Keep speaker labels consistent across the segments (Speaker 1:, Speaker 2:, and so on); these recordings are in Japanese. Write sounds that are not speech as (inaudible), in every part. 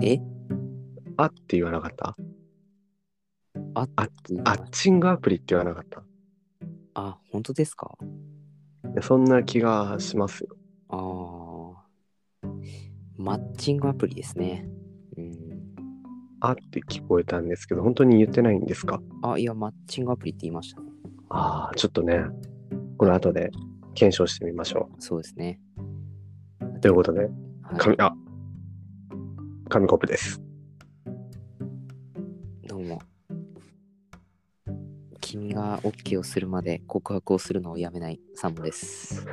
Speaker 1: え
Speaker 2: あって言わなかった
Speaker 1: あっ
Speaker 2: あ
Speaker 1: ていうの
Speaker 2: アッチングアプリって言わなかった
Speaker 1: あ、本当ですか
Speaker 2: いやそんな気がしますよ。
Speaker 1: あーマッチングアプリですね。うん。
Speaker 2: あって聞こえたんですけど、本当に言ってないんですか
Speaker 1: あ、いや、マッチングアプリって言いましたね。
Speaker 2: ああ、ちょっとね、この後で検証してみましょ
Speaker 1: そうですね。
Speaker 2: う。ということで、
Speaker 1: は
Speaker 2: 紙、あ、紙コップです。 (laughs)
Speaker 1: い、どうも。君が OK をするまで告白をするのをやめないサンボです。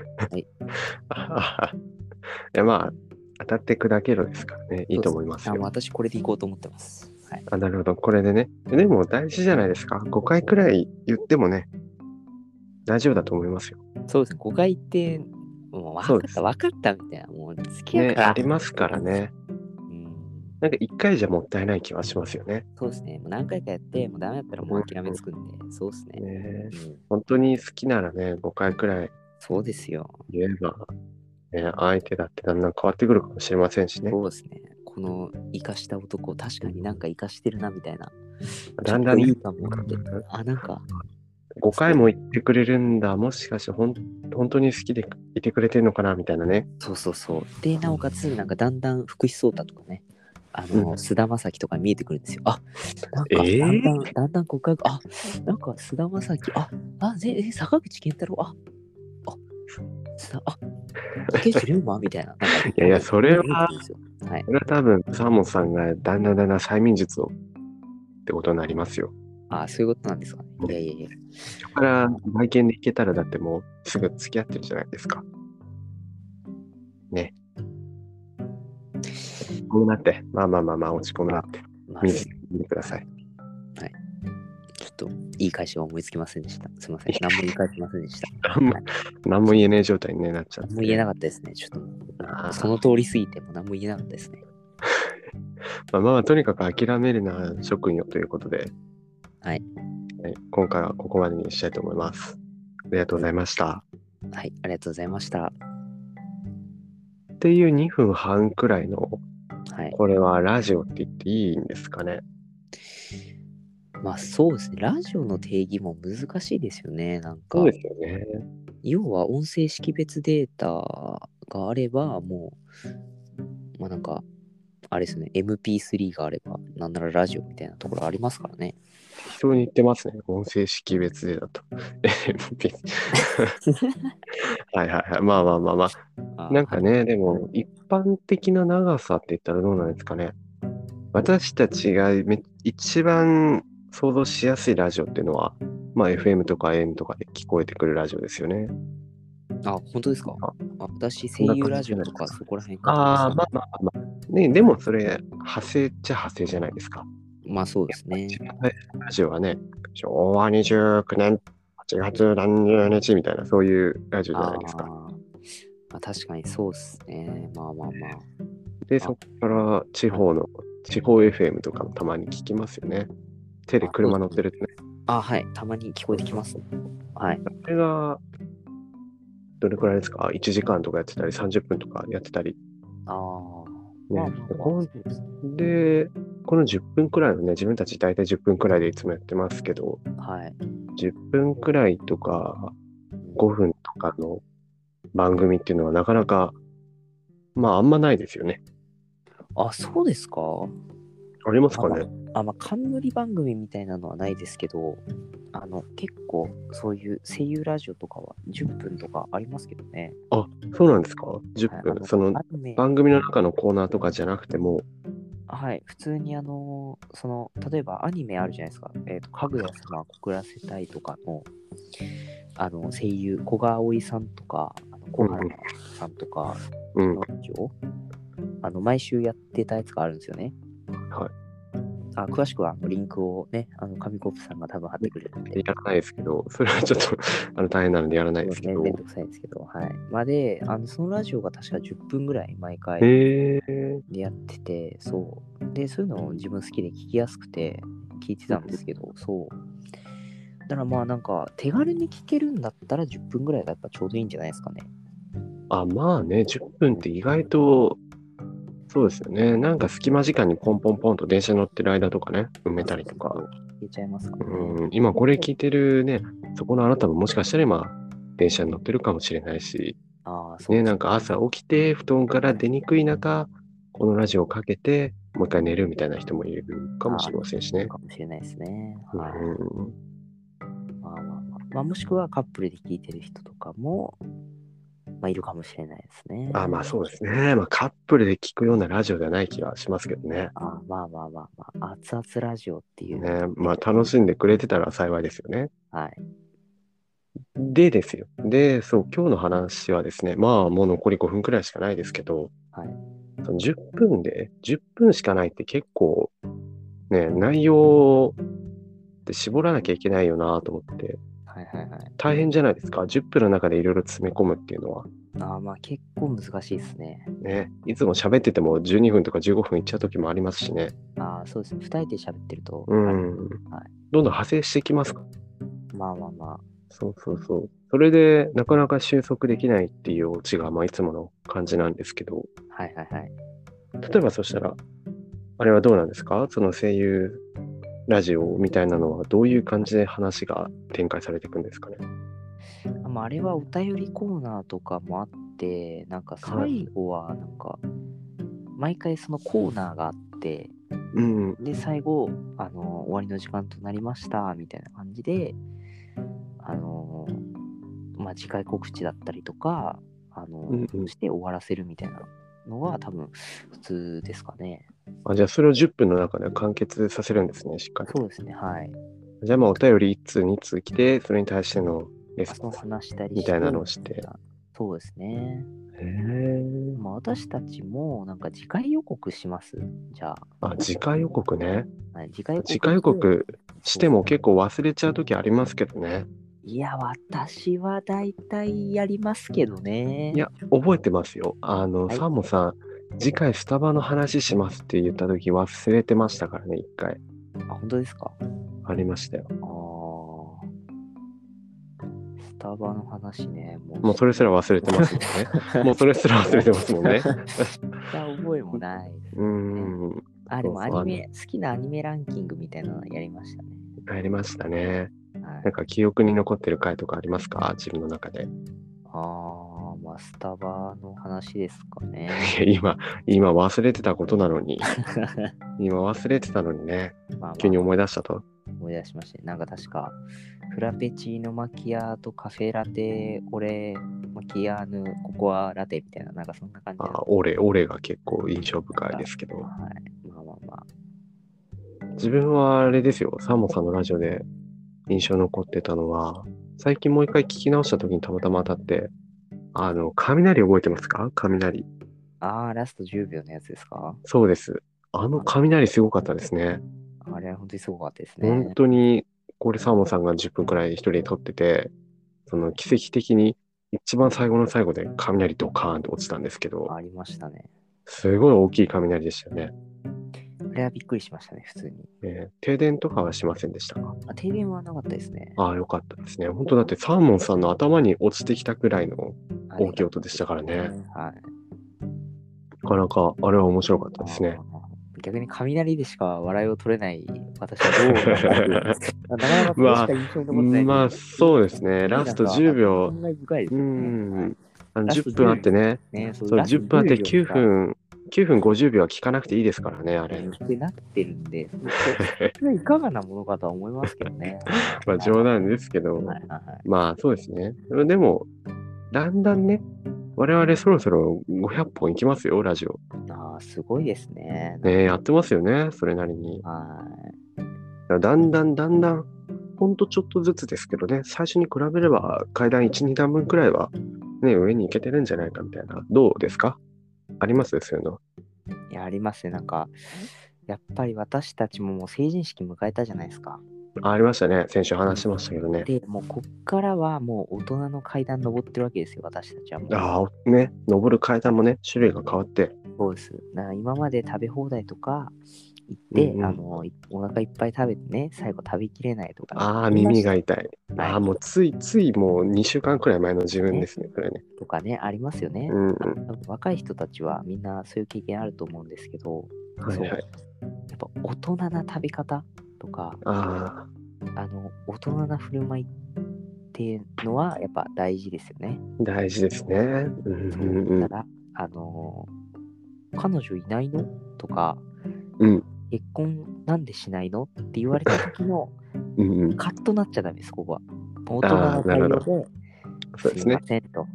Speaker 2: あははいや、まあ、当たって砕けろですからね、いいと思います
Speaker 1: あ
Speaker 2: よ。
Speaker 1: 私これでいこうと思ってます。はい。
Speaker 2: あ、なるほど、これでね。ででも大事じゃないですか。5回くらい言ってもね、大丈夫だと思いますよ。
Speaker 1: そうですね。誤解って、もう
Speaker 2: そ
Speaker 1: 分
Speaker 2: う
Speaker 1: か
Speaker 2: で
Speaker 1: っ
Speaker 2: す
Speaker 1: た分かったみたいな。もう付き合う
Speaker 2: ね、
Speaker 1: から。
Speaker 2: ありますからね。
Speaker 1: うん
Speaker 2: なんか1回じゃもったいない気はしますよね。
Speaker 1: そうですね。もう何回かやって、もうダメだったらもう諦めつくんで、そうですね。
Speaker 2: ね
Speaker 1: うん、
Speaker 2: 本当に好きならね、5回くらい
Speaker 1: そうですよ。
Speaker 2: 言えば、ね、相手だってだんだん変わってくるかもしれませんしね。
Speaker 1: そうですね。この生かした男、確かになんか生かしてるなみたいな。
Speaker 2: だんだん
Speaker 1: ちょっとい
Speaker 2: ね
Speaker 1: いかもって。あ、なんか、
Speaker 2: 5回も言ってくれるんだ、もしかしてほん本当に好きでいてくれてるのかなみたいなね。
Speaker 1: そうそうそう。で、なおかつ、なんかだんだん福士蒼太とかね、あの、
Speaker 2: うん
Speaker 1: 菅田将暉とか見えてくるんですよ。あ、なんか、
Speaker 2: えー
Speaker 1: だんだん、だんだん告白、あ、なんか菅田将暉、あ、あ、ぜえ坂口健太郎、あ、あ、菅田、あ、竹内涼真みたいな。なんか
Speaker 2: いやいやそれは
Speaker 1: 見えてくるんですよはい
Speaker 2: こ。れは多分、サーモンさんがだんだんだんだん催眠術をってことになりますよ。
Speaker 1: あ、そういうことなんですかね。いやいやいや。
Speaker 2: そこから外見でいけたらだってもうすぐ付き合ってるじゃないですか。ね。こうなって、まあまあまあまあ落ち込むなって
Speaker 1: まあ
Speaker 2: 見て見てください。
Speaker 1: ちょっといい会社は思いつきませんでした。すみません。何も言い返せませんでした。
Speaker 2: 何も何も言えねえ状態にねなっちゃって。
Speaker 1: 何も言えなかったですね。ちょっとも
Speaker 2: あ
Speaker 1: う
Speaker 2: ー
Speaker 1: その通りすぎてもう何も言えなかったですね。
Speaker 2: まあまあ、とにかく諦めるな職員よということで、
Speaker 1: はい
Speaker 2: はい。今回はここまでにしたいと思います。ありがとうございました。
Speaker 1: はい、ありがとうございました。
Speaker 2: っていう2分半くらいの、
Speaker 1: はい。
Speaker 2: これはラジオって言っていいんですかね。
Speaker 1: まあそうですね。ラジオの定義も難しいですよね。なんか、
Speaker 2: すよね。
Speaker 1: 要は音声識別データがあれば、もう、まあなんか、あれですね。MP3 があれば、なんならラジオみたいなところありますからね。
Speaker 2: 適当に言ってますね。音声識別でだと。
Speaker 1: (laughs)
Speaker 2: はいはいはい。まあまあまあま
Speaker 1: あ
Speaker 2: あ。なんかね、でも一般的な長さって言ったらどうなんですかね。私たちがめ一番想像しやすいラジオっていうのは、まあ FM とか AM とかで聞こえてくるラジオですよね。
Speaker 1: あ、本当ですか
Speaker 2: あ
Speaker 1: あ私、声優ラジオとかそこら辺かと思ってた
Speaker 2: ああ、まあまあまあ。ね、でもそれ、派生っちゃ派生じゃないですか。
Speaker 1: まあそうですね。
Speaker 2: 一番最初のラジオはね、昭和29年8月何十日みたいな、そういうラジオじゃないです
Speaker 1: あ
Speaker 2: か。
Speaker 1: ーまあ、確かにそうですね。まあまあまあ。
Speaker 2: で、そこから地方の、地方 FM とかもたまに聞きますよね。手で車乗ってるとね。
Speaker 1: あ、はい。たまに聞こえてきます。はい。
Speaker 2: それが、どれくらいですか ?1 時間とかやってたり、30分とかやってたり。
Speaker 1: ああ。
Speaker 2: ね
Speaker 1: まあまあまあ
Speaker 2: ほんで、この10分くらいのね、自分たち大体10分くらいでいつもやってますけど、
Speaker 1: はい。
Speaker 2: 10分くらいとか、5分とかの番組っていうのはなかなか、まああんまないですよね。
Speaker 1: あ、そうですか
Speaker 2: ありますかね
Speaker 1: あ、まあ、冠番組みたいなのはないですけど、あの、結構、そういう声優ラジオとかは10分とかありますけどね。
Speaker 2: あ、そうなんですか ?10
Speaker 1: はいあ
Speaker 2: 分。その
Speaker 1: アニメ
Speaker 2: 番組の中のコーナーとかじゃなくても、
Speaker 1: はい、普通にあのーその、例えばアニメあるじゃないですか。えっ、と、かぐや様を告らせたいとかの、あの、声優、古賀葵さんとか、あの小原さんとか
Speaker 2: うん
Speaker 1: の、ラジオ、あの、毎週やってたやつがあるんですよね。
Speaker 2: はい。
Speaker 1: あ、詳しくは、あの、リンクをね、あの、紙コップさんが多分貼ってくれるんで
Speaker 2: や。らないですけど、それはちょっとあの大変なのでやらない
Speaker 1: そうで
Speaker 2: で
Speaker 1: すす
Speaker 2: け
Speaker 1: ね、
Speaker 2: ど。
Speaker 1: めんどくさいんですけど、はい。まあ、で、あの、そのラジオが確か10分ぐらい毎回
Speaker 2: へえ
Speaker 1: でやってて、そう。で、そういうのを自分好きで聞きやすくて、聞いてたんですけど、そう。だからまあなんか、手軽に聞けるんだったら10分ぐらいがやっぱちょうどいいんじゃないですかね。
Speaker 2: あ、まあね、10分って意外とそうですよね。なんか隙間時間にポンポンポンと電車乗ってる間とかね、埋めたりとか。
Speaker 1: 言えちゃいますか、ね
Speaker 2: うん、今これ聞いてるね、そこのあなたももしかしたら今、電車に乗ってるかもしれないし、
Speaker 1: ああ、そう
Speaker 2: ね、
Speaker 1: です
Speaker 2: なんか朝起きて布団から出にくい中、このラジオをかけて、もう一回寝るみたいな人もいるかもしれませんしね。
Speaker 1: かもしれないですね。
Speaker 2: う
Speaker 1: はい。
Speaker 2: ん、
Speaker 1: まあまあまあ。まあ、もしくはカップルで聞いてる人とかも、まあ、いるかもしれないですね。
Speaker 2: あまあそうですね。まあカップルで聞くようなラジオではない気はしますけどね。
Speaker 1: あまあまあまあまあ、熱々ラジオっていう。
Speaker 2: ねまあ楽しんでくれてたら幸いですよね。
Speaker 1: はい。
Speaker 2: でですよ。で、そう、今日の話はですね、まあもう残り5分くらいしかないですけど、
Speaker 1: はい
Speaker 2: その10分で、10分しかないって結構、ね、内容って絞らなきゃいけないよなと思って、
Speaker 1: はいはいはい。
Speaker 2: 大変じゃないですか。10分の中でいろいろ詰め込むっていうのは。
Speaker 1: あまあ結構難しいですね。
Speaker 2: ね、いつも喋ってても12分とか15分いっちゃう時もありますしね。
Speaker 1: あそうですね。二人で喋ってると、
Speaker 2: う
Speaker 1: はい
Speaker 2: ん。どんどん派生してきますか
Speaker 1: まあまあま
Speaker 2: そうそうそう。それで、なかなか収束できないっていうオチが、まあ、いつもの感じなんですけど、
Speaker 1: あ。はいはいはい。
Speaker 2: 例えばそしたら、あれはどうなんですかその声優ラジオみたいなのはどういう感じで話が展開されていくんですかね
Speaker 1: あまあ、あれはお便りコーナーとかもあって、なんか最後はなんか、毎回そのコーナーがあって、
Speaker 2: うん。
Speaker 1: で、最後、あの終わりの時間となりました、みたいな感じで、あのまあ、次回告知だったりとか、あの
Speaker 2: うんうん
Speaker 1: して終わらせるみたいなのは多分普通ですかね。
Speaker 2: あじゃあそれを10分の中で完結させるんですね、しっかり。
Speaker 1: そうですね、はい。
Speaker 2: じゃあまあお便り1通、2通来て、それに対してのレス
Speaker 1: その
Speaker 2: ポンス。
Speaker 1: 話したり
Speaker 2: みたいなのをして。
Speaker 1: そうですね。
Speaker 2: へー
Speaker 1: まあ、私たちも、なんか次回予告します。じゃ
Speaker 2: あ、次回予告ね。
Speaker 1: あ、はい、次回予告。
Speaker 2: 次回予告しても結構忘れちゃう時ありますけどね。
Speaker 1: いや、私は大体やりますけどね。
Speaker 2: いや、覚えてますよ。あの、
Speaker 1: はい
Speaker 2: サーモンさん、次回スタバの話しますって言った時忘れてましたからね、一回。
Speaker 1: あ、本当ですか。
Speaker 2: ありましたよ。
Speaker 1: ああ。スタバの話ね。もう、
Speaker 2: もうそれすら忘れてますも
Speaker 1: (laughs)
Speaker 2: んね。もうそれすら忘れてますもんね。
Speaker 1: した覚えもない。
Speaker 2: うーん、
Speaker 1: あ、でも
Speaker 2: そ
Speaker 1: ア
Speaker 2: うそう
Speaker 1: ニメ、好きなアニメランキングみたいなのやりましたね。
Speaker 2: ありましたね。
Speaker 1: はい
Speaker 2: なん。か記憶に残ってる回とかありますか自分の中で。 (laughs)
Speaker 1: ああ、まあ、スタバの話ですかね。
Speaker 2: (laughs) いや今、今忘れてたことなのに、今忘れてたのにね、
Speaker 1: まあまあ
Speaker 2: 急に思い出したと。
Speaker 1: 思い出しましたね。なんか確か、フラペチーノマキアート、カフェラテ、オレ、マキアーヌ、ココアラテみたいな、なんかそんな感じだっ
Speaker 2: あ、俺、俺が結構印象深いですけ
Speaker 1: た
Speaker 2: ど。
Speaker 1: はい。まあまあま
Speaker 2: 自分はあれですよ、サーモンさんのラジオで印象残ってたのは、最近もう一回聞き直した時にたまたま当たって、あの、雷覚えてますか雷。
Speaker 1: あ。あーラスト10秒のやつですか
Speaker 2: そうです。あの雷すごかったですね。
Speaker 1: あれは本当にすごかったですね。
Speaker 2: 本当に、これサーモンさんが10分くらい一人で撮ってて、その奇跡的に一番最後の最後で雷ドカーンと落ちたんですけど、
Speaker 1: ありましたね。
Speaker 2: すごい大きい雷でしたよね。
Speaker 1: あれはびっくりしましたね、普通に。
Speaker 2: えー停電とかはしませんでしたか
Speaker 1: あ停電はなかったですね。
Speaker 2: ああ、よかったですね。本当だってサーモンさんの頭に落ちてきたくらいの
Speaker 1: あれ
Speaker 2: 大きい音でしたからね。
Speaker 1: はい。
Speaker 2: なかなかあれは面白かったですね。
Speaker 1: あー。逆に雷でしか笑いを取れない私はどう思うか
Speaker 2: (laughs)
Speaker 1: なかなかそれしか印象に残ってない。
Speaker 2: まあそうですね。
Speaker 1: なん
Speaker 2: ラ
Speaker 1: か
Speaker 2: スト10秒
Speaker 1: 感、慨深いです
Speaker 2: う
Speaker 1: よね。
Speaker 2: ん、あの
Speaker 1: ラスト
Speaker 2: 10分あってね、
Speaker 1: ね、そう
Speaker 2: そう、
Speaker 1: ラス
Speaker 2: 10分あって9
Speaker 1: 秒
Speaker 2: 分、9分50秒は聞かなくていいですからね、あれ。
Speaker 1: がってなってるんで、それはいかがなものかとは思いますけど
Speaker 2: (laughs)
Speaker 1: ね。
Speaker 2: まあ冗談ですけど、
Speaker 1: はいはいはい
Speaker 2: まあそうですね。でも、だんだんね、我々そろそろ500本いきますよ、ラジオ。
Speaker 1: ああ、すごいですね。
Speaker 2: ねやってますよね、それなりに。
Speaker 1: はい。
Speaker 2: だんだんだんだん、ほんとちょっとずつですけどね、最初に比べれば階段1、2段分くらいは、ね、上に行けてるんじゃないかみたいな。どうですかありますそういうの。
Speaker 1: いや、ありますね。なんか、やっぱり私たちももう成人式迎えたじゃないですか。
Speaker 2: あありましたね。先週話しましたけどね。
Speaker 1: で、もうこっからはもう大人の階段登ってるわけですよ、私たちはもう。
Speaker 2: ああ、ね、登る階段もね、種類が変わって、
Speaker 1: そうです。な今まで食べ放題とか、行って、
Speaker 2: うんうん
Speaker 1: あのいお腹いっぱい食べてね、最後食べきれないとか。
Speaker 2: ああ、耳
Speaker 1: が。
Speaker 2: が痛い。
Speaker 1: はい
Speaker 2: ああ、もうついついもう2週間くらい前の自分ですね、これね。
Speaker 1: とかね、ありますよね。
Speaker 2: うんうん。
Speaker 1: 多分若い人たちはみんなそういう経験あると思うんですけど、
Speaker 2: はい
Speaker 1: そう
Speaker 2: はい。
Speaker 1: やっぱ大人な食べ方とか、
Speaker 2: あ
Speaker 1: あの大人な振る舞いっていうのはやっぱ大事ですよね。
Speaker 2: あ、大事ですね。うんうんう
Speaker 1: だ
Speaker 2: ん。
Speaker 1: から、あのー彼女いないのとか、
Speaker 2: うん
Speaker 1: 結婚なんでしないのって言われた時
Speaker 2: (laughs)
Speaker 1: の
Speaker 2: うんうん、
Speaker 1: カッとなっちゃダメです、ここは。大人
Speaker 2: あ
Speaker 1: の
Speaker 2: ーな
Speaker 1: 対
Speaker 2: る
Speaker 1: 応
Speaker 2: ほど
Speaker 1: で、
Speaker 2: そうですす
Speaker 1: い
Speaker 2: ね
Speaker 1: ま。せんと。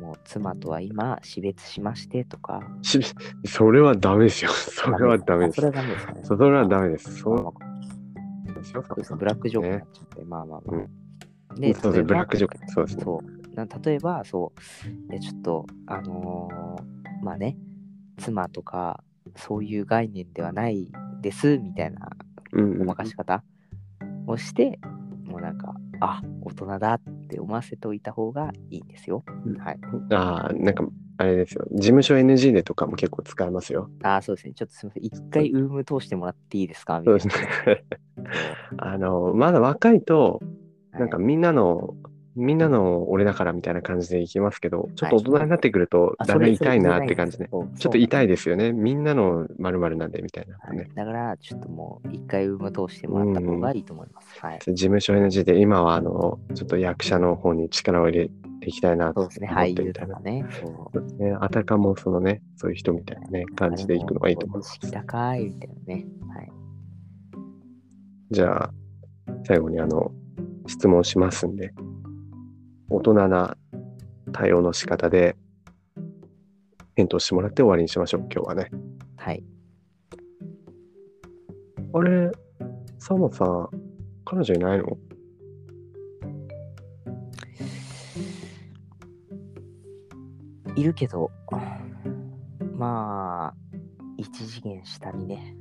Speaker 1: もう妻とは今、死別しましてとか。
Speaker 2: しそれはダメですよ。 (laughs) それはダメ
Speaker 1: あ
Speaker 2: で
Speaker 1: そ
Speaker 2: す
Speaker 1: れ。はダメですかね。
Speaker 2: それはダメです。
Speaker 1: ま
Speaker 2: そ
Speaker 1: あ
Speaker 2: う
Speaker 1: まあ
Speaker 2: ですよ。
Speaker 1: そうですねブラックジョークになっちゃって、まあまあまあ。
Speaker 2: ねそう
Speaker 1: 例
Speaker 2: ですね。
Speaker 1: えば
Speaker 2: ブラックジョーク。そうですね。
Speaker 1: そうな例えばそうえちょっとあのーまあね妻とかそういう概念ではないですみたいな
Speaker 2: うん
Speaker 1: ご
Speaker 2: うん
Speaker 1: まかし方をして、もうなんかあ大人だって思わせておいた方がいいんですよ、
Speaker 2: うん
Speaker 1: はい
Speaker 2: ああ、なんか、あれですよ。事務所 NG でとかも結構使えますよ。
Speaker 1: あそうですねちょっとすみません一回ウーム通してもらっていいですかみ
Speaker 2: そ
Speaker 1: た
Speaker 2: う
Speaker 1: い
Speaker 2: で
Speaker 1: な
Speaker 2: すね。 (laughs) あの、まだ若いと、
Speaker 1: はい
Speaker 2: なんかみんなの、みんなの俺だからみたいな感じでいきますけど、ちょっと大人になってくると、
Speaker 1: あ
Speaker 2: だ
Speaker 1: そ
Speaker 2: め
Speaker 1: れ
Speaker 2: 痛いな
Speaker 1: そ
Speaker 2: っ
Speaker 1: れ
Speaker 2: て
Speaker 1: 言えない
Speaker 2: 感
Speaker 1: ん
Speaker 2: じ
Speaker 1: すよ
Speaker 2: ね。
Speaker 1: そう
Speaker 2: ちょっと痛
Speaker 1: い
Speaker 2: いですよね。みんなの〇〇なんでみたいなね。
Speaker 1: だからちょっともう一回ウーム通してもらった方がいいと思います、はい
Speaker 2: 事務所 NG で今はあの、ちょっと役者の方に力を入れていきたいな
Speaker 1: そう
Speaker 2: と思っ
Speaker 1: です
Speaker 2: て
Speaker 1: ね俳優
Speaker 2: みた
Speaker 1: と
Speaker 2: いな
Speaker 1: か。ねそう
Speaker 2: そうですね。あたかもそのね、そういう人みたいなね、感じでいくのがいいと思いま
Speaker 1: 意
Speaker 2: す
Speaker 1: 識。高いみたいなね。はい。
Speaker 2: じゃあ、最後にあの、質問しますんで、大人な対応の仕方で、返答してもらって終わりにしましょう、今日はね。
Speaker 1: はい。
Speaker 2: あれ、サモさん、彼女いないの
Speaker 1: いるけど、まあ、一次元下にね、